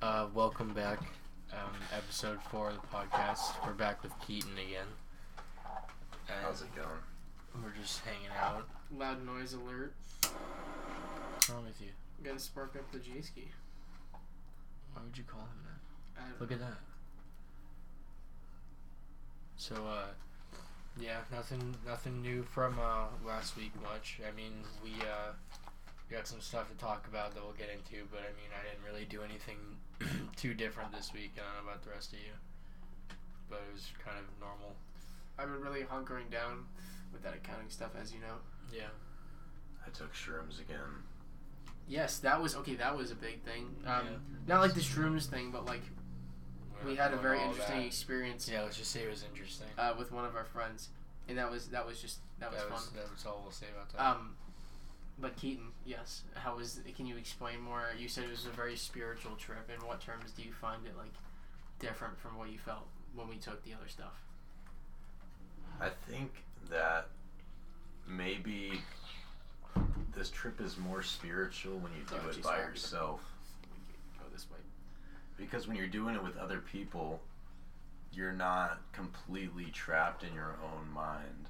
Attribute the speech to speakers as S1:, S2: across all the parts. S1: Uh, welcome back, um, episode four of the podcast. We're back with Keaton again, and
S2: How's it going?
S1: we're just hanging out.
S3: Loud noise alert.
S1: What's wrong with you?
S3: Gotta spark up the J ski.
S1: Why would you call him that?
S3: I don't
S1: Look at that. So, uh, yeah, nothing, nothing new from uh, last week much. I mean, we uh, we got some stuff to talk about that we'll get into, but I mean, I didn't really do anything too different this week. I don't know about the rest of you, but it was kind of normal.
S3: I've been really hunkering down with that accounting stuff, as you know.
S1: Yeah.
S2: I took shrooms again.
S3: Yes, that was okay. That was a big thing. Um,
S1: Yeah.
S3: Not like the shrooms thing, but like we had a very interesting experience
S1: Yeah, let's just say it was interesting.
S3: uh, with one of our friends, and that was that was just that was fun.
S1: that was all we'll say about
S2: uh,
S1: that.
S3: Um, but Keaton, yes, how was? Can you explain more? You said it was a very spiritual trip. In what terms do you find it like different from what you felt when we took the other stuff?
S2: I think that maybe this trip is more spiritual when you do
S3: Oh,
S2: it
S3: geez,
S2: by
S3: sorry.
S2: yourself.
S3: Go this way.
S2: Because when you're doing it with other people, you're not completely trapped in your own mind.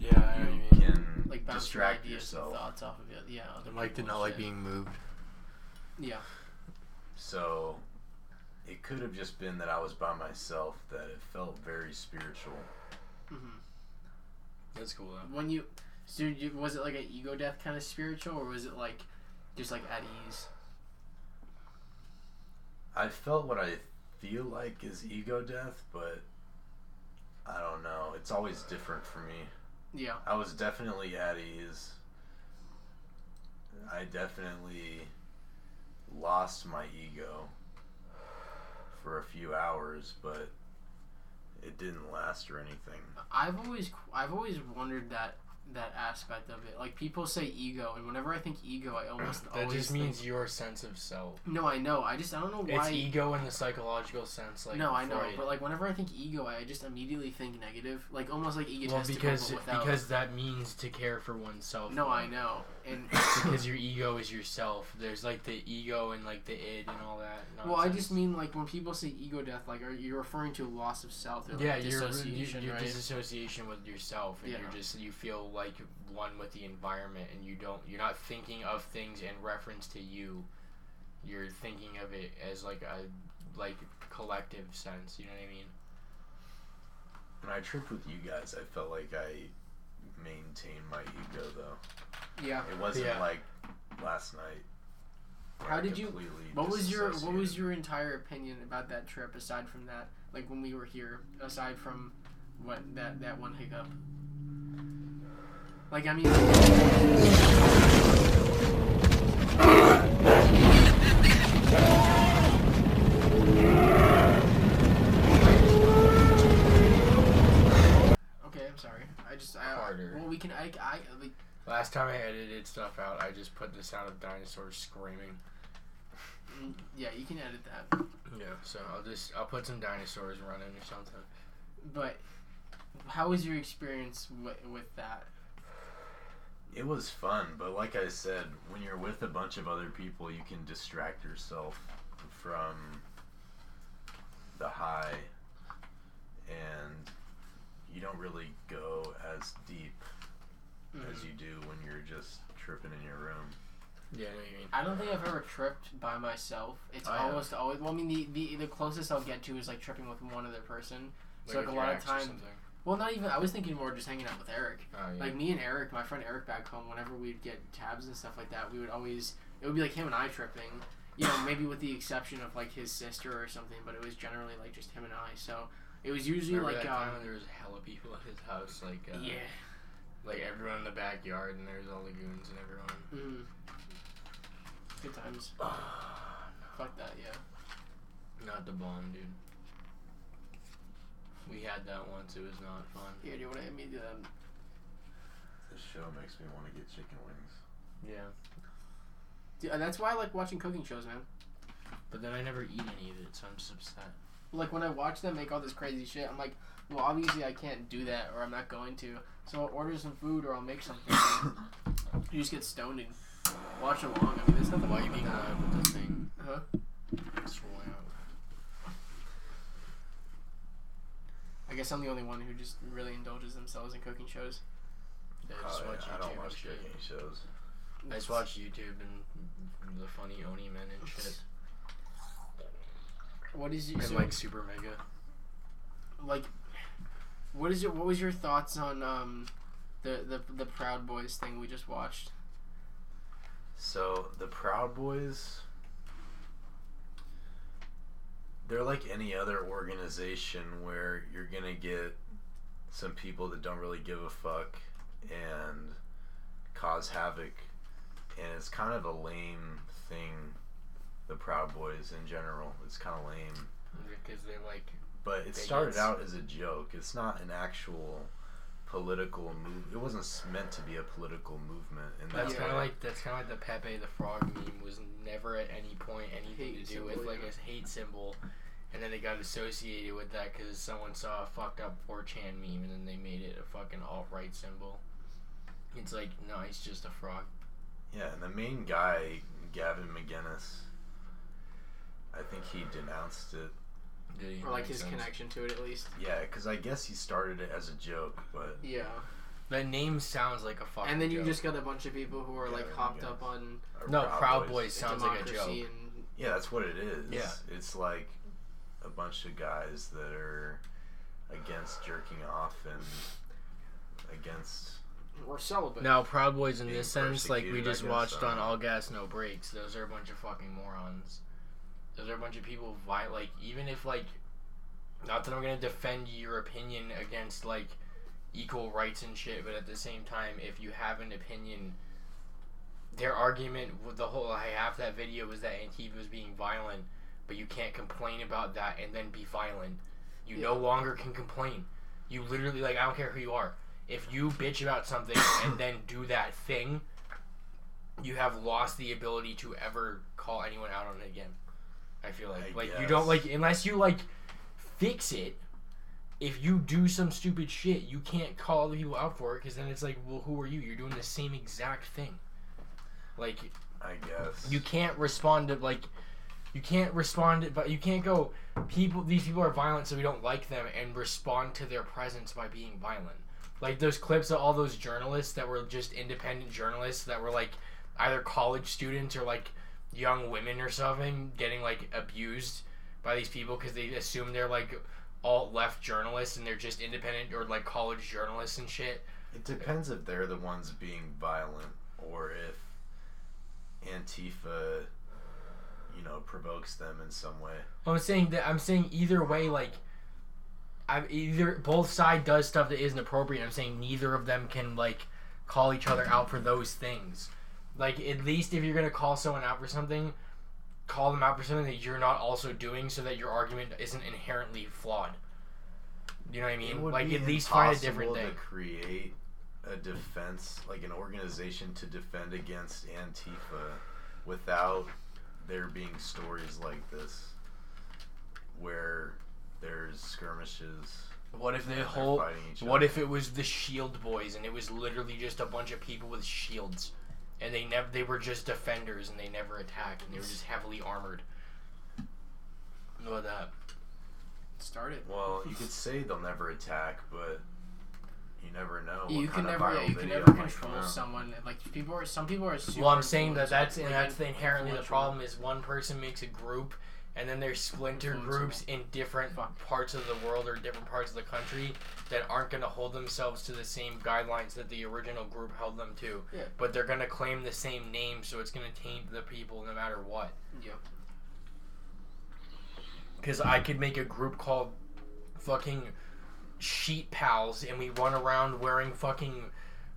S1: yeah,
S2: You can
S3: Like bounce your
S2: distract
S3: ideas and
S2: yourself.
S3: thoughts off of it. Yeah. other
S1: Mike did
S3: people
S1: not
S3: and
S1: like
S3: shit.
S1: being moved.
S3: Yeah.
S2: So it could have just been that I was by myself, that it felt very spiritual.
S3: hmm
S1: That's cool though.
S3: When you, so you, was it like an ego death kind of spiritual, or was it like just like at ease?
S2: I felt what I feel like is ego death, but I don't know. It's always different for me.
S3: Yeah.
S2: I was definitely at ease. I definitely lost my ego for a few hours, but it didn't last or anything.
S3: I've always I've always wondered that that aspect of it. Like people say ego, and whenever I think ego, I almost
S1: That
S3: always
S1: just
S3: think-
S1: means your sense of self.
S3: no. I know. I just I don't know why.
S1: It's ego in the psychological sense, like
S3: no, I know,
S1: Freud.
S3: but like whenever I think ego, I just immediately think negative, like almost like
S1: well,
S3: egotistical,
S1: because
S3: but without.
S1: because that means to care for oneself.
S3: no,
S1: more.
S3: I know, and
S1: Because your ego is yourself. There's like the ego and like the id and all that.
S3: Well, I
S1: nonsense.
S3: just mean like when people say ego death, like are you referring to loss of self or like,
S1: yeah, your, your,
S3: dissociation,
S1: your
S3: right?
S1: disassociation with yourself, and you're
S3: Yeah.
S1: just you feel like one with the environment, and you don't you're not thinking of things in reference to you. You're thinking of it as like a like collective sense. You know what I mean?
S2: When I tripped with you guys, I felt like I maintained my ego though.
S3: yeah.
S2: It wasn't
S1: Yeah.
S2: like last night. where
S3: How
S2: I
S3: did you-
S2: completely
S3: What was your What was
S2: disassociated.
S3: your entire opinion about that trip aside from that? Like when we were here, aside from what that that one hiccup. Like I mean, okay, I'm sorry. I just I,
S1: Harder.
S3: Well, we can I I like
S1: Last time I edited stuff out, I just put the sound of dinosaurs screaming.
S3: mm, yeah, you can edit that.
S1: Yeah. So I'll just I'll put some dinosaurs running or something.
S3: But how was your experience with, with that?
S2: It was fun, but like I said, when you're with a bunch of other people, you can distract yourself from the high and you don't really go as deep
S1: Mm-hmm. Mm.
S2: as you do when you're just tripping in your room.
S1: Yeah, I know what you mean.
S3: I don't think I've ever tripped by myself. It's
S1: I have.
S3: almost always. Well, I mean, the, the the closest I'll get to is like tripping with one other person. So, like,
S1: with
S3: a
S1: your
S3: lot of
S1: ex or
S3: time-
S1: something.
S3: Well, not even. I was thinking more just hanging out with Eric.
S1: Oh, yeah.
S3: Like me and Eric, my friend Eric back home. Whenever we'd get tabs and stuff like that, we would always. It would be like him and I tripping. You know, maybe with the exception of like his sister or something, but it was generally like just him and I. So it was usually
S1: Remember
S3: like
S1: that time when
S3: um,
S1: there was hella people at his house, like uh,
S3: yeah.
S1: like everyone in the backyard, and there's all the goons and everyone.
S3: Mm. Good times. Fuck that. Yeah.
S1: Not the bomb, dude. We had that once. It was not fun.
S3: Yeah, dude. What I mean, um,
S2: This show makes me want to get chicken wings.
S1: Yeah.
S3: dude, that's why I like watching cooking shows, man.
S1: But then I never eat any of it, so I'm just upset.
S3: Like when I watch them make all this crazy shit, I'm like, well, obviously I can't do that, or I'm not going to. So I'll order some food, or I'll make something. you just get stoned and watch along. I mean, there's nothing
S1: Why
S3: wrong
S1: are you
S3: with uh,
S1: being
S3: that.
S1: loud with this thing?
S3: Huh? guess I'm the only one who just really indulges themselves in cooking shows.
S1: I just
S2: Oh,
S1: watch
S2: yeah, I
S1: YouTube.
S2: don't watch
S1: and shit.
S2: cooking shows.
S1: I just watch YouTube and the funny Oni men and shit.
S3: What is your
S1: And
S3: so,
S1: like
S3: like,
S1: Super Mega.
S3: What is your What was your thoughts on um, the the the Proud Boys thing we just watched?
S2: So the Proud Boys, they're like any other organization where you're gonna get some people that don't really give a fuck and cause havoc, and it's kind of a lame thing. The Proud Boys in general, it's kind of lame.
S1: Because they like.
S2: But it
S1: Bigots.
S2: started out as a joke. It's not an actual political move. It wasn't s- meant to be a political movement, and
S1: That's
S2: that's
S1: kind
S2: why
S1: of like that's kind of like the Pepe the Frog meme was never at any point anything
S3: Hate
S1: to do with
S3: symbol,
S1: like
S3: yeah.
S1: a hate symbol, and then they got associated with that because someone saw a fucked up 4chan meme and then they made it a fucking alt right symbol. It's like no, he's just a frog.
S2: Yeah, and the main guy, Gavin McGinnis, I think he denounced it.
S1: Did he
S3: Or like
S1: make
S3: his
S1: sense?
S3: connection to it at least.
S2: Yeah, because I guess he started it as a joke, but
S3: Yeah.
S1: The name sounds like a fucking.
S3: And then you
S1: joke.
S3: just got a bunch of people who are
S2: Yeah,
S3: like
S2: I
S3: hopped
S2: guess.
S3: up on
S2: or
S1: no Proud Boys, sounds like a
S3: democracy
S1: joke.
S3: and
S2: Yeah, that's what it is.
S1: Yeah.
S2: it's like a bunch of guys that are against jerking off and against.
S3: we're celibate.
S1: Now, Proud Boys in
S2: being
S1: this sense, like we
S2: persecuted,
S1: just
S2: I guess, uh,
S1: watched
S2: I
S1: on
S2: don't know.
S1: All Gas No Breaks, those are a bunch of fucking morons. Those are a bunch of people who vi- like even if like not that I'm gonna defend your opinion against like equal rights and shit, but at the same time, if you have an opinion, their argument with the whole I half that video was that Antifa was being violent, but you can't complain about that and then be violent. You no longer can complain. You literally like I don't care who you are. If you bitch about something and then do that thing, you have lost the ability to ever call anyone out on it again. I feel like
S2: I
S1: like you don't
S2: guess.
S1: like unless you like fix it. If you do some stupid shit, you can't call the people out for it because then it's like, well, who are you? You're doing the same exact thing. Like
S2: I guess
S1: you can't respond to like you can't respond to, but you can't go people these people are violent so we don't like them and respond to their presence by being violent like those clips of all those journalists that were just independent journalists that were like either college students or like young women or something getting like abused by these people because they assume they're like alt left journalists and they're just independent or like college journalists and shit
S2: It depends if they're the ones being violent or if Antifa, you know, provokes them in some way.
S1: I'm saying that I'm saying either way, like, I either both side does stuff that isn't appropriate. I'm saying neither of them can like call each other out for those things. Like, at least if you're gonna call someone out for something, call them out for something that you're not also doing, so that your argument isn't inherently flawed. You know what I
S2: It
S1: mean?
S2: would
S1: Like,
S2: be
S1: at least find a different
S2: impossible
S1: thing.
S2: To create a defense, like an organization to defend against Antifa, without there being stories like this, where there's skirmishes.
S1: What if the
S2: they're
S1: whole?
S2: fighting each
S1: What
S2: other.
S1: if it was the Shield Boys and it was literally just a bunch of people with shields, and they never they were just defenders and they never attacked and they were just heavily armored. What about that?
S3: Start it.
S2: Well, you could say they'll never attack, but you never know.
S3: you
S2: what
S3: can
S2: kind of
S3: never yeah,
S2: viral
S3: you can
S2: video
S3: never
S2: might come
S3: control
S2: out.
S3: someone like people are some people are super
S1: Well, I'm saying that
S3: influenceable,
S1: that's and
S3: like,
S1: that's the inherently the
S3: influential.
S1: problem is one person makes a group, and then there's splinter
S3: Influenceable.
S1: groups in different
S3: Fuck.
S1: parts of the world or different parts of the country that aren't going to hold themselves to the same guidelines that the original group held them to.
S3: Yeah.
S1: But they're going to claim the same name, so it's going to taint the people no matter what.
S3: Yeah.
S1: Because I could make a group called fucking Sheet Pals and we run around wearing fucking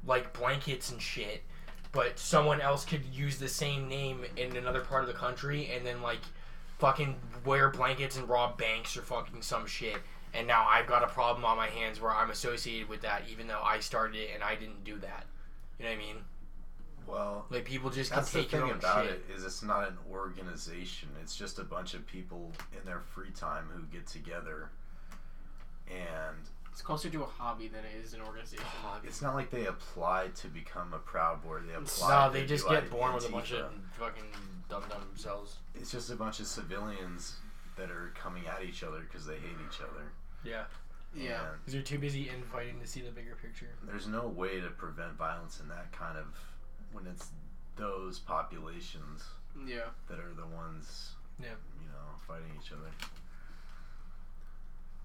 S1: like blankets and shit. But someone else could use the same name in another part of the country and then like fucking wear blankets and rob banks or fucking some shit. And now I've got a problem on my hands where I'm associated with that even though I started it and I didn't do that. You know what I mean?
S2: Well,
S1: Like people just can
S2: that's the
S1: take your
S2: thing
S1: own
S2: about
S1: shit.
S2: it is it's not an organization. It's just a bunch of people in their free time who get together, and
S3: It's closer to a hobby than it is an organization.
S2: it's not like they apply to become a proud boy. They apply.
S1: No, they
S2: to
S1: just
S2: do
S1: get
S2: I-
S1: born with a bunch
S2: Antifa.
S1: of fucking dum dum cells.
S2: It's just a bunch of civilians that are coming at each other because they hate each other.
S1: Yeah.
S3: Yeah.
S2: And
S1: Because you're too busy infighting to see the bigger picture.
S2: there's no way to prevent violence in that kind of when it's those populations
S3: Yeah.
S2: that are the ones
S1: Yeah.
S2: you know fighting each other.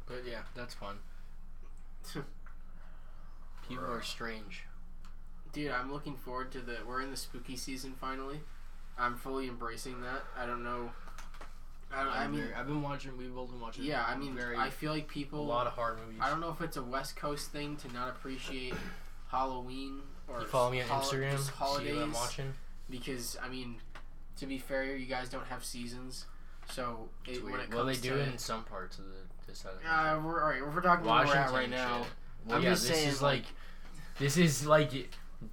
S1: But yeah, that's fun. People are strange.
S3: Dude, I'm looking forward to the. We're in the spooky season finally. I'm fully embracing that. I don't know. I, don't, I
S1: I'm
S3: mean,
S1: very- I've been watching. We've both been watching.
S3: yeah. I mean,
S1: very
S3: I feel like
S1: a
S3: people.
S1: lot of horror movies.
S3: I don't know if it's a West Coast thing to not appreciate Halloween or
S1: You follow me on
S3: hol-
S1: Instagram.
S3: just
S1: See what I'm
S3: holidays
S1: watching.
S3: because I mean, to be fair, you guys don't have seasons, so
S1: It's
S3: it, when
S1: weird.
S3: it comes
S1: Well, they
S3: to
S1: do in some parts of the this side of the country.
S3: Uh, we're all right. We're talking about where we're at
S1: Washington
S3: right
S1: and
S3: now.
S1: shit. Well,
S3: I'm
S1: yeah,
S3: just
S1: this
S3: saying,
S1: is like, this is like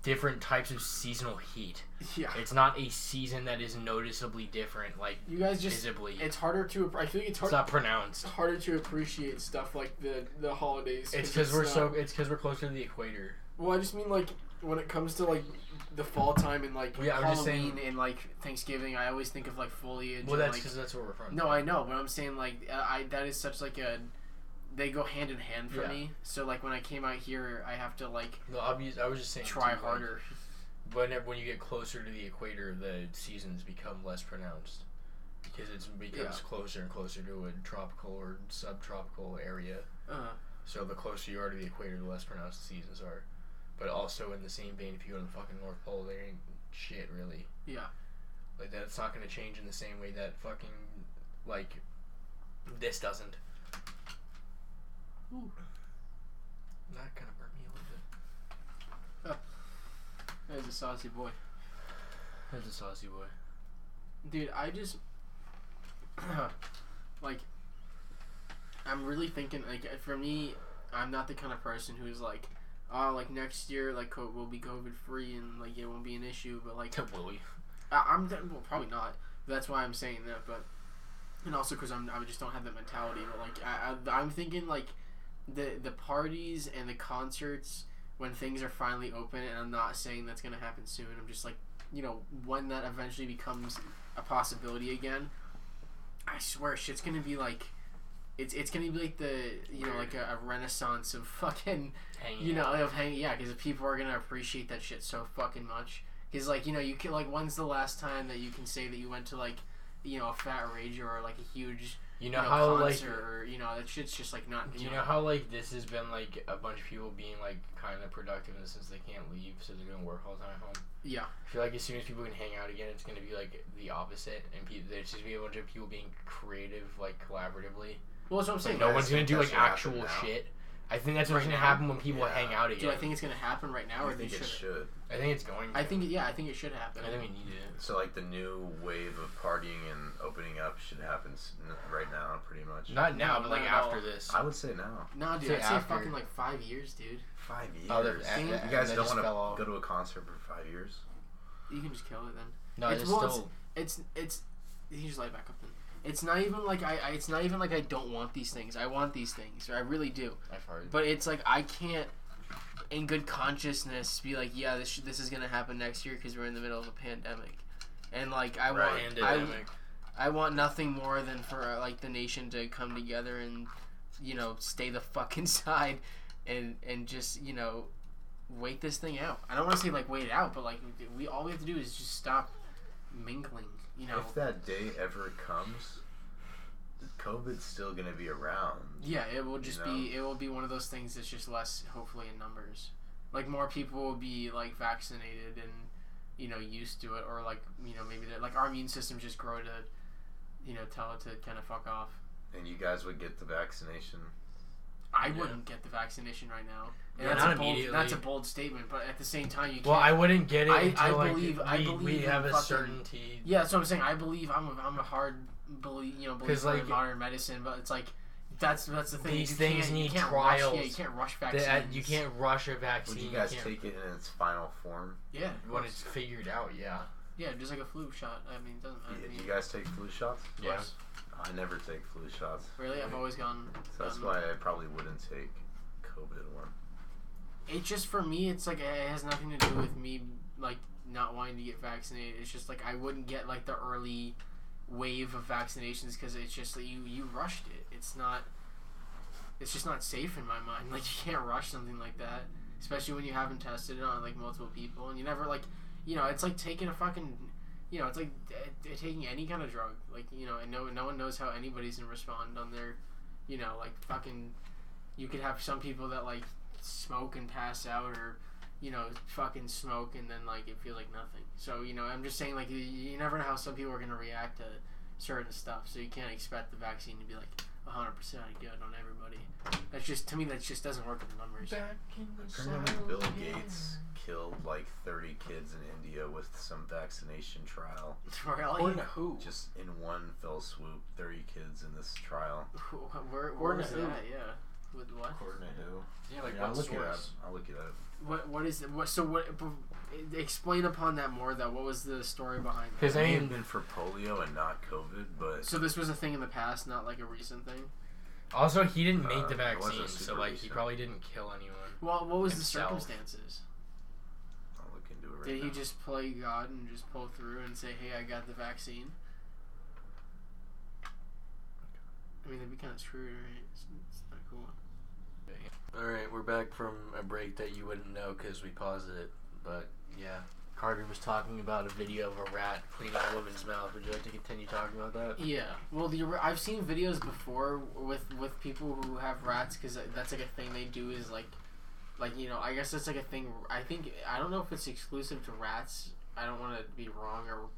S1: different types of seasonal heat.
S3: Yeah,
S1: It's not a season that is noticeably different, like
S3: you guys just.
S1: visibly. It's,
S3: It's harder to. I feel like it's hard.
S1: not pronounced.
S3: It's harder to appreciate stuff like the the holidays.
S1: It's because we're
S3: not-
S1: so. It's because we're closer to the equator.
S3: Well, I just mean like when it comes to like the fall time and like
S1: Yeah, I
S3: Halloween
S1: was just saying-
S3: and like Thanksgiving, I always think of like foliage.
S1: Well,
S3: and,
S1: that's
S3: like,
S1: because that's where we're from.
S3: No, I know, but I'm saying like uh, I that is such like a they go hand in hand for
S1: Yeah.
S3: me. So like when I came out here, I have to like
S1: No, obvious. I was just saying.
S3: try
S1: too, like,
S3: harder.
S1: Whenever when you get closer to the equator, the seasons become less pronounced because it's becomes closer and closer to a tropical or subtropical area.
S3: Uh,
S1: So the closer you are to the equator, the less pronounced the seasons are. But also in the same vein, if you go to the fucking North Pole, there ain't shit really.
S3: Yeah.
S1: Like that's not gonna change in the same way that fucking like this doesn't.
S3: Ooh.
S1: That kind of burnt me a little bit.
S3: as a saucy boy,
S1: That's a saucy boy.
S3: dude, I just like I'm really thinking like uh, for me, I'm not the kind of person who's like. Oh, like next year, like co- we'll be COVID free and like it won't be an issue. But like,
S1: Willie.
S3: I, I'm well, probably not. That's why I'm saying that, but and also because I'm I just don't have that mentality. But like I, I I'm thinking like the the parties and the concerts when things are finally open, and I'm not saying that's gonna happen soon. I'm just like you know when that eventually becomes a possibility again. I swear, shit's gonna be like. It's, it's gonna be like the you know like a, a renaissance of fucking
S1: Hanging
S3: you know,
S1: out.
S3: of hang, yeah, because people are gonna appreciate that shit so fucking much. Because like you know, you can like when's the last time that you can say that you went to like, you know, a fat rager or like a huge
S1: You
S3: you
S1: know
S3: know,
S1: how like
S3: concert or you know that shit's just like not.
S1: Do you know how like this has been like a bunch of people being like kind of productive and since they can't leave, so they're gonna work all the time at home.
S3: Yeah.
S1: I feel like as soon as people can hang out again, it's gonna be like the opposite, and pe- there's just gonna be a bunch of people being creative, like collaboratively.
S3: Well, that's what I'm
S1: Like
S3: saying.
S1: no
S2: guys
S1: one's gonna
S2: think
S1: do
S2: that
S1: like
S2: should happen
S1: actual
S2: now?
S1: shit. I think that's what's
S3: Right
S1: gonna
S3: now?
S1: happen when people
S2: Yeah.
S1: hang out again.
S3: Do I think it's gonna happen right now,
S2: I
S3: or they
S2: think it
S3: should?
S2: should.
S1: I think it's going.
S3: I
S1: to.
S3: think yeah, I think it should happen.
S1: I think we need it.
S2: So like the new wave of partying and opening up should happen s- n- right now, pretty much.
S1: Not
S3: No,
S1: now, but like
S3: not at all.
S1: after this.
S2: I would say now.
S3: No, dude,
S1: Say
S3: I'd say
S1: after.
S3: fucking like five years, dude.
S2: Five years.
S1: Oh, there-
S3: See?
S1: uh, uh,
S2: you guys
S1: that
S2: don't
S1: just
S2: want
S1: fell off.
S2: to go to a concert for five years.
S3: You can just kill it then.
S1: No,
S3: It's
S1: it's
S3: well,
S1: still.
S3: It's it's. You just light back up then. It's not even like I, I. It's not even like I don't want these things. I want these things. I really do.
S1: I farted.
S3: But it's like I can't, in good consciousness, be like, yeah, this sh- this is gonna happen next year because we're in the middle of a pandemic, and like I want I,
S1: Pandemic.
S3: I want nothing more than for uh, like the nation to come together and, you know, stay the fuck inside, and and just you know, wait this thing out. I don't want to say like wait it out, but like we all we have to do is just stop mingling. You know.
S2: If that day ever comes, COVID's still gonna be around.
S3: Yeah, it will just
S2: know?
S3: be it will be one of those things that's just less hopefully in numbers. Like more people will be like vaccinated and you know used to it, or like you know maybe that like our immune systems just grow to you know tell it to kind of fuck off.
S2: And you guys would get the vaccination.
S3: I
S1: Yeah.
S3: wouldn't get the vaccination right now. And
S1: Yeah,
S3: that's
S1: not
S3: a bold,
S1: immediately.
S3: that's a bold statement, but at the same time you. Can't,
S1: Well, I wouldn't get it.
S3: I-
S1: until,
S3: I
S1: like,
S3: believe-
S1: we,
S3: I
S1: we
S3: believe
S1: have
S3: in
S1: a
S3: fucking-
S1: certainty.
S3: Yeah, that's what I'm saying. I believe I'm a, I'm a hard believe you know
S1: 'Cause,
S3: believer
S1: like,
S3: in modern medicine, but it's like that's that's the thing.
S1: these
S3: you
S1: things
S3: can't,
S1: need
S3: you can't Rush, yeah, you
S1: trials.
S3: can't rush vaccines.
S1: That, uh, you can't rush a vaccine.
S2: Would you guys
S1: can't-
S2: take it in its final form?
S3: Yeah,
S1: when it's figured out? Yeah.
S3: Yeah, just like a flu shot. I mean, it doesn't matter.
S2: Yeah,
S3: to
S2: do
S3: me.
S2: you guys take flu shots?
S1: Yeah.
S3: Yes.
S2: I never take flu shots,
S3: Really, I've always gone.
S2: so that's
S3: um,
S2: why I probably wouldn't take COVID one.
S3: It just for me, it's like it has nothing to do with me like not wanting to get vaccinated. It's just like I wouldn't get like the early wave of vaccinations because it's just like you you rushed it. It's not. it's just not safe in my mind. Like you can't rush something like that, especially when you haven't tested it on like multiple people, and you never like, you know, it's like taking a fucking, you know, it's like uh, taking any kind of drug. Like you know, and no no one knows how anybody's gonna respond on their, you know, like fucking. You could have some people that like smoke and pass out, or you know, fucking smoke and then like it feels like nothing. So you know, I'm just saying like you, you never know how some people are gonna react to certain stuff. So you can't expect the vaccine to be like 100 percent good on everybody. That's just to me that just doesn't work with numbers.
S1: Back in the
S2: Apparently,
S1: saddle,
S2: Bill
S1: yeah.
S2: Gates killed like 30 kids in India with some vaccination trial.
S3: really,
S1: According to who?
S2: Just in one fell swoop, 30 kids in this trial.
S3: where where
S1: According
S3: was
S1: to
S3: that?
S1: who?
S3: Yeah, with what?
S2: According to who?
S1: Yeah, like
S2: Yeah,
S1: what
S2: I'll look
S1: source?
S2: it up. I'll look it up.
S3: What what is what? So what? b- Explain upon that more. Though, what was the story behind that?
S1: His
S2: It may have
S1: name.
S2: been for polio and not COVID, but
S3: So this was a thing in the past, not like a recent thing.
S1: Also, he didn't
S2: Uh,
S1: make the
S2: it wasn't
S1: vaccine, so
S2: super
S1: like he
S2: recent.
S1: probably didn't kill anyone.
S3: Well, what was
S1: Himself.
S3: the circumstances?
S2: I'll look into it right
S3: Did he
S2: now.
S3: just play God and just pull through and say, "Hey, I got the vaccine"? I mean, that'd be kind of screwed, right? It's, it's not cool.
S1: All right, we're back from a break that you wouldn't know because we paused it. But yeah, Carter was talking about a video of a rat cleaning a woman's mouth. Would you like to continue talking about that?
S3: Yeah. Well, the I've seen videos before with with people who have rats because that's like a thing they do is like, like you know, I guess that's like a thing. I think I don't know if it's exclusive to rats. I don't want to be wrong or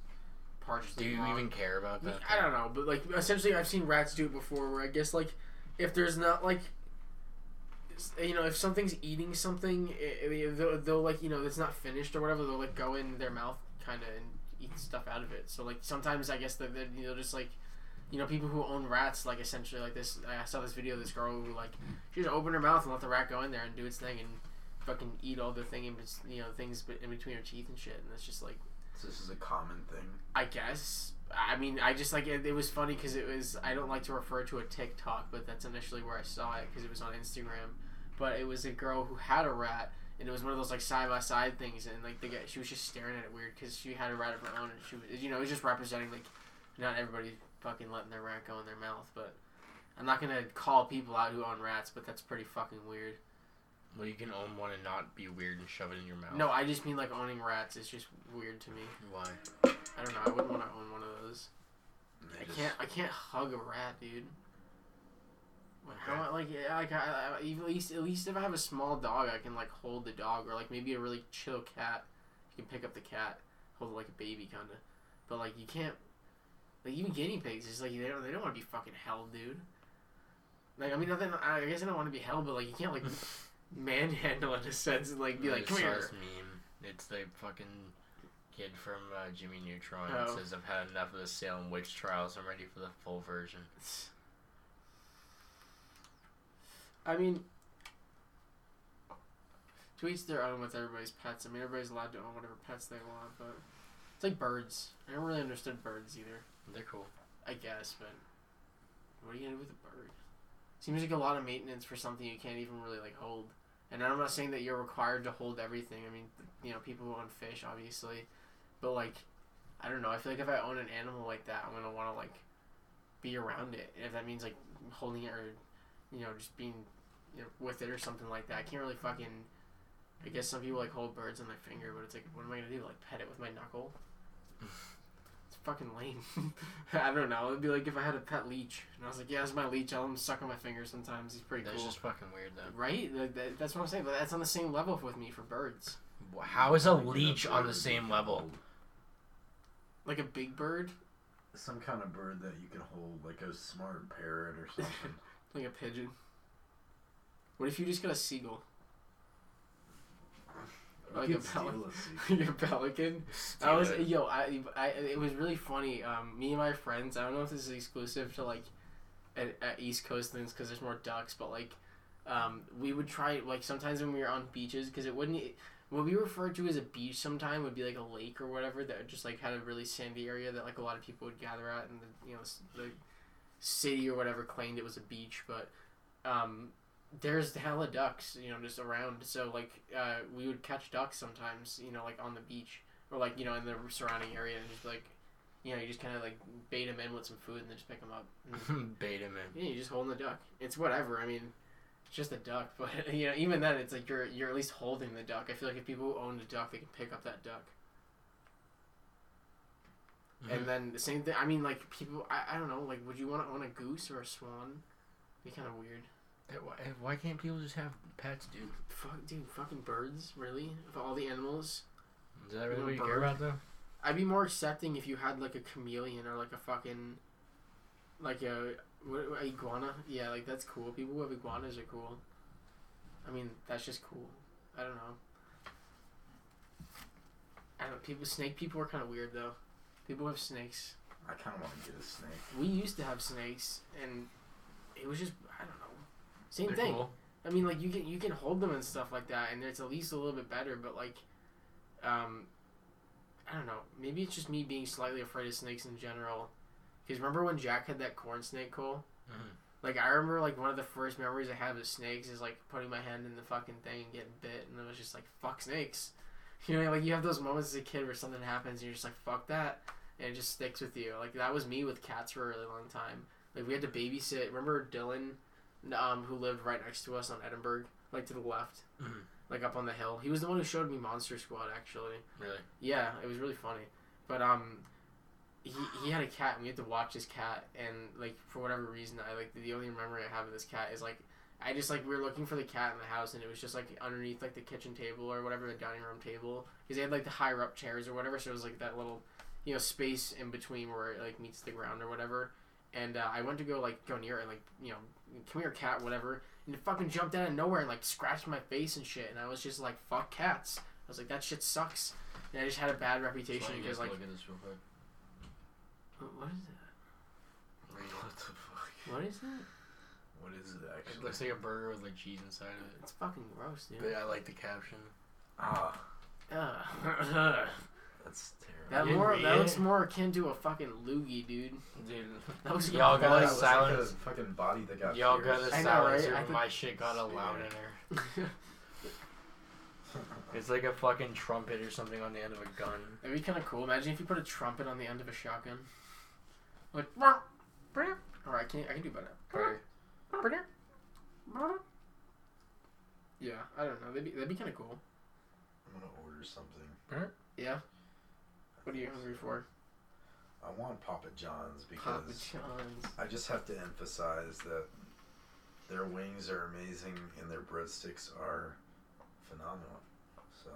S3: partially
S1: Do you
S3: wrong.
S1: even care about that?
S3: I don't know, but like essentially, I've seen rats do it before. Where I guess like if there's not like s- you know if something's eating something, i i- they'll, they'll like you know it's not finished or whatever. They'll like go in their mouth kind of and eat stuff out of it. So like sometimes I guess that they're, they'll just like you know people who own rats like essentially like this. I saw this video of this girl who like she just opened her mouth and let the rat go in there and do its thing and fucking eat all the thing in bet- you know things be- in between her teeth and shit. And it's just like.
S2: So this is a common thing.
S3: I guess. I mean, I just like it, it was funny because it was. I don't like to refer to a TikTok, but that's initially where I saw it because it was on Instagram. But it was a girl who had a rat, and it was one of those like side by side things, and like the guy, she was just staring at it weird because she had a rat of her own, and she was, you know, it was just representing like not everybody fucking letting their rat go in their mouth. But I'm not gonna call people out who own rats, but that's pretty fucking weird.
S1: Well, you can own one and not be weird and shove it in your mouth.
S3: No, I just mean like owning rats is just weird to me.
S1: Why?
S3: I don't know. I wouldn't want to own one of those.
S2: And they
S3: I
S2: just-
S3: can't. I can't hug a rat, dude. Like, I
S2: Okay.
S3: want, like, yeah, like, I, I, even at least, at least if I have a small dog, I can like hold the dog, or like maybe a really chill cat, you can pick up the cat, hold it like a baby, kind of. But like, you can't. Like even guinea pigs, it's like they don't, they don't want to be fucking held, dude. Like I mean, nothing. I guess I don't want to be held, but like you can't like manhandle in a sense and like be like,
S1: I
S3: come
S1: saw
S3: here.
S1: This meme. It's the fucking kid from uh, Jimmy Neutron.
S3: Oh.
S1: It says, "I've had enough of the Salem witch trials. I'm ready for the full version."
S3: I mean, to each their own with everybody's pets. I mean, everybody's allowed to own whatever pets they want, but it's like birds. I never really understood birds either.
S1: They're cool.
S3: I guess, but what are you gonna do with a bird? Seems like a lot of maintenance for something you can't even really like hold. And I'm not saying that you're required to hold everything. I mean, you know, people who own fish, obviously, but like, I don't know. I feel like if I own an animal like that, I'm gonna want to like be around it. And if that means like holding it or you know just being you know, with it or something like that, I can't really fucking. I guess some people like hold birds on their finger, but it's like, what am I gonna do? Like pet it with my knuckle? It's fucking lame. I don't know. It'd be like if I had a pet leech, and I was like, "Yeah, that's my leech. I'll let him suck on my finger sometimes. He's pretty
S1: That's
S3: cool."
S1: just fucking weird, though.
S3: Right? Like that, that's what I'm saying. But that's on the same level with me for birds.
S1: Wh- How is a leech on the same level?
S3: Like a big bird,
S2: Some kind of bird that you can hold, like a smart parrot or something.
S3: like a pigeon. What if you just got a seagull?
S2: You
S3: Like
S2: could
S3: a pelican.
S2: steal a sea-
S3: like a pelican? I was yo, I, I it was really funny. Um, me and my friends. I don't know if this is exclusive to like, at, at East Coast things because there's more ducks, but like, um, we would try like sometimes when we were on beaches because it wouldn't. what we referred to as a beach sometime would be like a lake or whatever that just like had a really sandy area that like a lot of people would gather at, and the you know s- the city or whatever claimed it was a beach, but um, there's hella ducks, you know, just around. So like, uh, we would catch ducks sometimes, you know, like on the beach or like you know in the surrounding area, and just like, you know, you just kind of like bait them in with some food and then just pick them up. And,
S1: Beta man.
S3: yeah, you just holding the duck. It's whatever. I mean, It's just a duck, but you know, even then, it's like you're you're at least holding the duck. I feel like if people owned a duck, they could pick up that duck.
S1: Mhm.
S3: And then the same thing. I mean, like people. I, I don't know. Like, would you want to own a goose or a swan? Be kind of weird.
S1: Hey, Why, hey, why can't people just have pets, dude?
S3: Fuck, dude. Fucking birds, really? Of all the animals,
S1: Is that really
S3: Little
S1: what you care
S3: bird.
S1: about, though?
S3: I'd be more accepting if you had like a chameleon or like a fucking, like a what, what- iguana. Yeah, like that's cool. People who have iguanas are cool. I mean, that's just cool. I don't know. I don't. People snake people are kind of weird though. People who have snakes.
S2: I kind of want to get a snake.
S3: We used to have snakes, and it was just I don't know. Same
S1: They're
S3: thing.
S1: cool.
S3: I mean, like you can you can hold them and stuff like that, and it's at least a little bit better. But like, um, I don't know. Maybe it's just me being slightly afraid of snakes in general. Because remember when Jack had that corn snake, Cole?
S1: Mhm.
S3: Like I remember, like one of the first memories I have of snakes is like putting my hand in the fucking thing and getting bit, and it was just like fuck snakes. You know, like you have those moments as a kid where something happens and you're just like fuck that, and it just sticks with you. Like that was me with cats for a really long time. Like we had to babysit. Remember Dylan, um, who lived right next to us on Edinburgh, like to the left,
S1: Mhm.
S3: like up on the hill. He was the one who showed me Monster Squad actually.
S1: Really?
S3: Yeah, it was really funny. But um, he he had a cat, and we had to watch his cat. And like for whatever reason, I like the only memory I have of this cat is like I just like we were looking for the cat in the house, and it was just like underneath like the kitchen table or whatever the dining room table, because they had like the higher up chairs or whatever. So it was like that little, you know, space in between where it like meets the ground or whatever. And uh, I went to go like go near it, and, like you know, come here, cat, whatever. And it fucking jumped out of nowhere and like scratched my face and shit. And I was just like, fuck cats. I was like, that shit sucks. And I just had a bad
S1: Just
S3: reputation
S1: want you guys
S3: because
S1: to
S3: like,
S1: look at this real quick.
S3: what what is that?
S2: What the fuck?
S3: What is that?
S2: What is it
S1: It
S2: actually?
S1: looks like a burger with like cheese inside of
S3: It's fucking gross,
S1: it.
S3: dude.
S1: But I like the caption.
S2: Ah,
S3: Ugh.
S2: that's
S3: that
S2: terrible.
S1: You
S3: more
S1: read
S3: that
S1: it?
S3: looks more akin to a fucking loogie, dude.
S1: Dude,
S3: That was
S1: y'all
S3: good.
S1: got
S2: That
S1: a
S2: looks like a
S1: silence.
S2: fucking body that got
S1: Y'all got a
S2: pierced.
S3: I know,
S1: silence.
S3: right? I
S1: and
S3: could-
S1: My shit got a loud
S2: Spear.
S1: enter. It's like a fucking trumpet or something on the end of a gun.
S3: That'd be kind of cool. Imagine if you put a trumpet on the end of a shotgun. Like, all right, I can I can do better.
S1: Or-
S3: Yeah, I don't know. That'd be, that'd be kind of cool.
S2: I'm gonna order something.
S3: Hmm? Yeah. What are you hungry for?
S2: I want Papa John's
S3: Papa
S2: because
S3: John's.
S2: I just have to emphasize that their wings are amazing and their breadsticks are phenomenal. So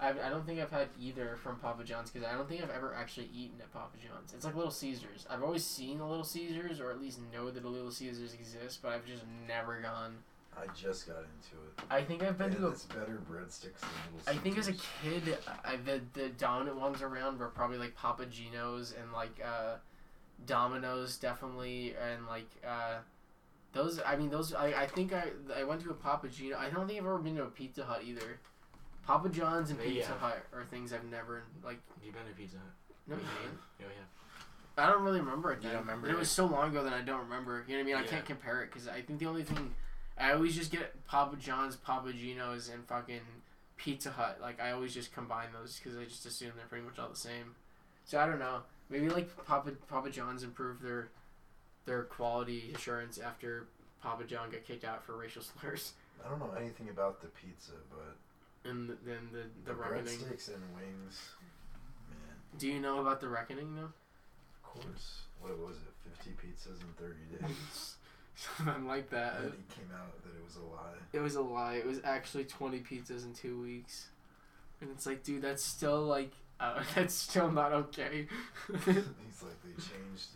S3: I've, I don't think I've had either from Papa John's because I don't think I've ever actually eaten at Papa John's. It's like Little Caesars. I've always seen a Little Caesars or at least know that a Little Caesars exists, but I've just never gone.
S2: I just got into it.
S3: I think I've been
S2: And
S3: to a
S2: it's better breadsticks than little
S3: I think as a
S2: Caesars.
S3: kid, I, the the dominant ones around were probably like Papa Gino's and like uh, Domino's definitely, and like uh, those. I mean, those. I, I think I I went to a Papa Gino. I don't think I've ever been to a Pizza Hut either. Papa John's and
S1: Yeah.
S3: Pizza Hut are things I've never like.
S1: You been to Pizza Hut?
S3: No, you
S1: Mhm.
S3: ain't.
S1: Oh yeah.
S3: I don't really remember it.
S1: You
S3: Then.
S1: don't remember
S3: It
S1: it?
S3: was so long ago that I don't remember. You know what I mean? I
S1: Yeah.
S3: can't compare it because I think the only thing I always just get Papa John's, Papa Gino's, and fucking Pizza Hut. Like I always just combine those because I just assume they're pretty much all the same. So I don't know. Maybe like Papa Papa John's improved their their quality assurance after Papa John got kicked out for racial slurs
S2: I don't know anything about the pizza, but
S3: and th- then the the
S2: the,
S3: reckoning.
S2: breadsticks and wings, man,
S3: Do you know about the reckoning though?
S2: of course. What was it? Fifty pizzas in thirty days.
S3: Something like that.
S2: and it came out that it was a lie.
S3: It was a lie. It was actually 20 pizzas in two weeks. And it's like, dude, that's still like, uh, that's still not okay.
S2: He's like they changed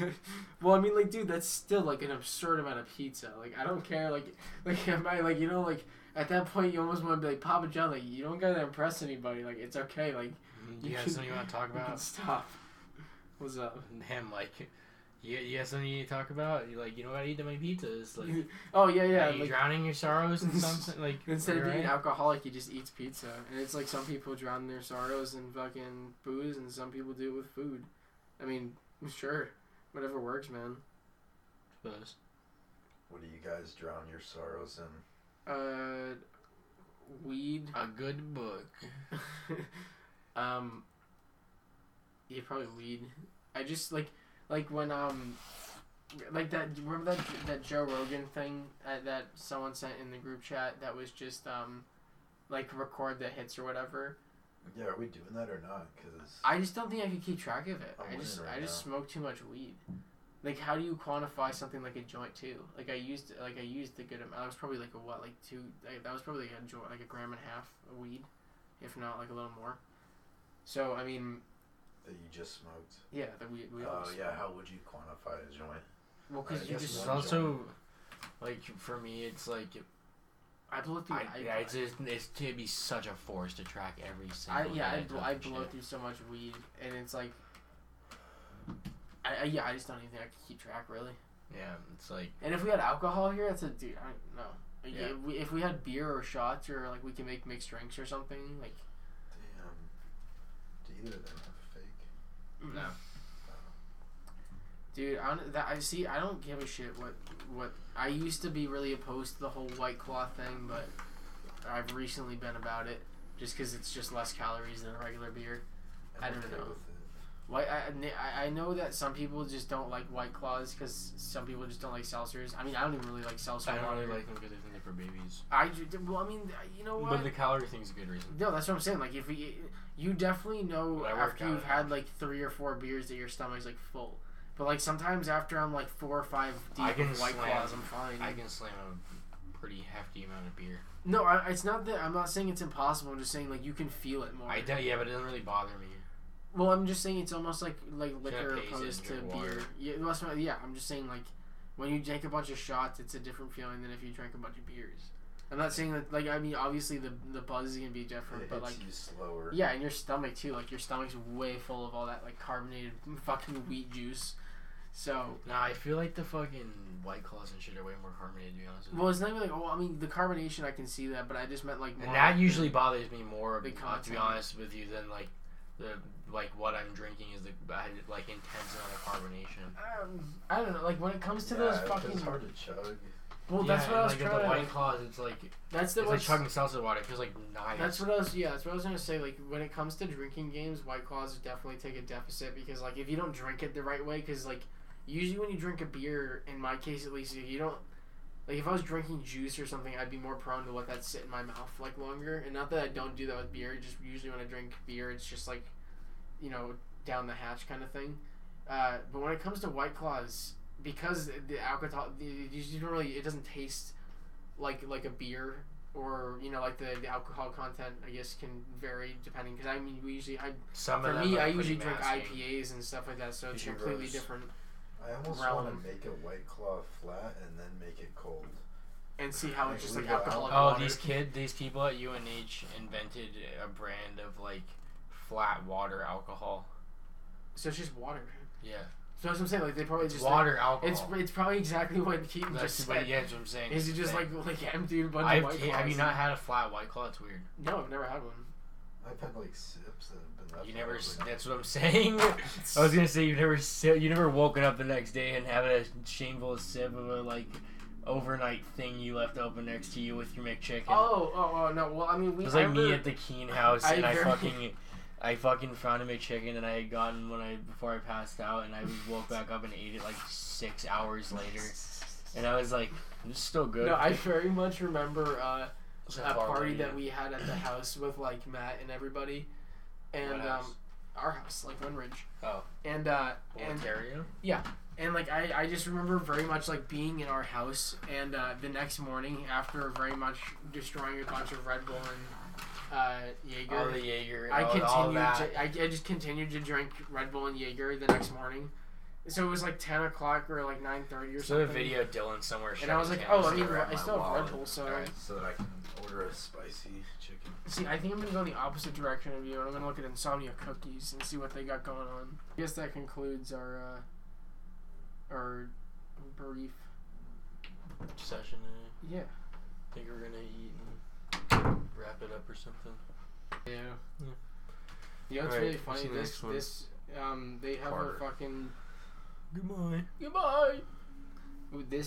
S2: it.
S3: well, I mean, like, dude, that's still like an absurd amount of pizza. Like, I don't care. Like, like, am I like, you know, like, at that point, you almost want to be like, Papa John, like, you don't gotta impress anybody. Like, it's okay. Like,
S1: Mhm. You got something you want to talk
S3: you can
S1: about?
S3: stop. What's up?
S1: Him like, you, you got something you need to talk about? You like, you know what? I eat to my pizzas. Like,
S3: oh yeah, yeah.
S1: are you
S3: like,
S1: drowning your sorrows in something? Like,
S3: Instead of
S1: you're
S3: being
S1: right?
S3: alcoholic, he just eats pizza, and it's like some people drown their sorrows in fucking booze, and some people do it with food. I mean, sure, whatever works, man.
S1: Suppose.
S2: What do you guys drown your sorrows in?
S3: Uh, weed.
S1: a good book.
S3: um, yeah, probably weed. I just like, like when um, like that. do you Remember that that Joe Rogan thing uh, that someone sent in the group chat that was just um, like record the hits or whatever.
S2: Yeah, are we doing that or not? Because
S3: I just don't think I could keep track of it.
S2: I'm
S3: i just
S2: winning right
S3: I just smoke too much weed. Like how do you quantify something like a joint too? Like I used like I used a good amount. That was probably like a what like two. Like, that was probably like a joint like a gram and a half of weed, if not like a little more. So I mean,
S2: that you just smoked.
S3: yeah, that we we all
S2: Oh yeah, how would you quantify a joint?
S3: Well,
S2: I
S3: because you
S2: guess
S1: It's
S3: just
S2: one-
S1: also like for me, it's like
S3: I blow through.
S1: I,
S3: I,
S1: yeah, it's, it's, it's to be such a force to track every
S3: I
S1: single.
S3: yeah, I,
S1: minute
S3: bl-
S1: of
S3: I
S1: the
S3: blow
S1: shit.
S3: through so much weed, and it's like, I, I yeah, I just don't even think I could keep track really.
S1: Yeah, it's like
S3: And if we had alcohol here, that's a dude. I don't know. Like,
S1: Yeah.
S3: If, we, if we had beer or shots or like we can make mixed drinks or something like
S2: Damn. Do either of them have fake?
S1: no.
S3: mm. dude I don't, that I see I don't give a shit what what I used to be really opposed to the whole white claw thing but I've recently been about it just because it's just less calories than a regular beer I
S2: I'm
S3: don't
S2: okay
S3: know.
S2: with it.
S3: White, I, I- I know that some people just don't like White Claws because some people just don't like seltzers. I mean, I don't even really like seltzer.
S1: I don't really
S3: water.
S1: like them because they think they're for babies.
S3: I ju- well, I mean, you know what?
S1: But the calorie thing's a good reason.
S3: no, that's what I'm saying. Like, if we, you definitely know
S1: But I work
S3: after
S1: out
S3: you've
S1: now.
S3: had like three or four beers that your stomach's like full. But like sometimes after I'm like four or five
S1: I
S3: deep
S1: can
S3: in White
S1: slam-
S3: Claws, I'm fine.
S1: I can slam a pretty hefty amount of beer.
S3: no, I, it's not that. I'm not saying it's impossible. I'm just saying like you can feel it more.
S1: I do, yeah, but it doesn't really bother me.
S3: Well, I'm just saying it's almost like like liquor
S1: pays it
S3: opposed
S1: and
S3: to
S1: drink
S3: beer.
S1: water.
S3: Yeah, well, that's what- yeah, I'm just saying like when you drink a bunch of shots, it's a different feeling than if you drank a bunch of beers. I'm not saying that like I mean obviously the the buzz is gonna be different,
S2: It
S3: but like
S2: hits you slower.
S3: yeah, and your stomach too. Like your stomach's way full of all that like carbonated fucking wheat juice. So
S1: Nah, I feel like the fucking white claws and shit are way more carbonated. To be honest with you.
S3: well, it's not even like oh I mean the carbonation I can see that, but I just meant like
S1: and
S3: more
S1: that
S3: like,
S1: usually bothers me more.
S3: The
S1: uh, to be
S3: content.
S1: honest with you, than like the like what I'm drinking is the like intense amount of carbonation.
S3: um, I don't know like when it comes to
S2: Yeah,
S3: those
S2: it's
S3: fucking
S2: hard to chug.
S3: well
S1: Yeah,
S3: that's what
S1: and,
S3: I was
S1: like, with
S3: trying
S1: the
S3: to
S1: white claws. It's like
S3: that's the
S1: it's like
S3: what's-
S1: chugging seltzer water. It feels like nice.
S3: That's what I was. Yeah, that's what I was gonna say. Like when it comes to drinking games, White Claws definitely take a deficit because like if you don't drink it the right way, because like usually when you drink a beer, in my case at least, if you don't like if I was drinking juice or something, I'd be more prone to let that sit in my mouth like longer. And not that I don't do that with beer. Just usually when I drink beer, it's just like you know down the hatch kind of thing. Uh, but when it comes to White Claws, because the alcohol, the- you just don't really it doesn't taste like like a beer or you know like the, the alcohol content I guess can vary depending because I mean we usually I
S1: Some
S3: for
S1: of them
S3: me
S1: are
S3: I
S1: pretty
S3: usually drink
S1: masking.
S3: IPAs and stuff like that so it's
S2: These are
S3: completely
S2: gross.
S3: different
S2: I almost
S3: Realm.
S2: want to make a white claw flat and then make it cold.
S3: and see how it's just like
S2: Yeah.
S3: alcoholic
S1: Oh,
S3: water.
S1: these kid, these people at UNH invented a brand of like flat water alcohol.
S3: so it's just water
S1: Yeah,
S3: so that's what I'm saying like they probably just
S1: water alcohol.
S3: it's it's probably exactly what Keaton
S1: That's
S3: just
S1: what-
S3: said
S1: yeah, that's what I'm saying.
S3: is it just like like emptied a bunch
S1: I've,
S3: of white
S1: ta- have you
S3: Claws?
S1: not had a flat white claw? It's weird.
S3: no I've never had one
S2: I've had like sips that have been left.
S1: You never.
S2: over.
S1: s- That's what I'm saying. I was gonna say you've never. Si- you never woken up the next day and having a shameful sip of a like overnight thing you left open next to you with your McChicken.
S3: oh oh oh no well I mean we
S1: It was like
S3: I
S1: me
S3: remember-
S1: at the Keen house,
S3: I
S1: and I
S3: very-
S1: fucking, I fucking found a McChicken that I had gotten when I before I passed out, and I woke back up and ate it like six hours later, and I was like, "This is still good."
S3: no I very much remember uh
S1: It's
S3: a
S1: far
S3: party
S1: away, yeah.
S3: that we had at the house with like Matt and everybody, and
S1: What house?
S3: um, our house, like Winridge.
S1: Oh.
S3: And uh, and
S1: Ontario.
S3: and like I, I just remember very much like being in our house, and uh, the next morning after very much destroying a bunch of Red Bull and uh, Jaeger.
S1: All the Jaeger.
S3: I
S1: Oh, all, all
S3: continued.
S1: that.
S3: To, I, I just continued to drink Red Bull and Jaeger the next morning, so it was like ten o'clock or like nine thirty or
S1: so the
S3: something.
S1: video Dylan somewhere.
S3: and I was
S1: showing
S3: like,
S1: him
S3: oh, I
S1: a
S3: mean,
S1: cigarette.
S2: Cigarette
S3: I
S2: in my
S3: still have Red
S2: wallet.
S3: Bull, so
S1: Alright.
S2: so that I can order a spicy chicken.
S3: See, I think I'm gonna go in the opposite direction of you, and I'm gonna look at Insomnia Cookies and see what they got going on. I guess that concludes our uh, our brief.
S1: session. uh,
S3: Yeah.
S1: I think we're gonna eat and wrap it up or something.
S3: Yeah.
S1: Yeah.
S3: You know, it's
S1: Alright,
S3: really
S1: what's
S3: funny.
S1: the
S3: This
S1: next one?
S3: this um they have
S2: Carter.
S3: a fucking
S1: Goodbye.
S3: goodbye. This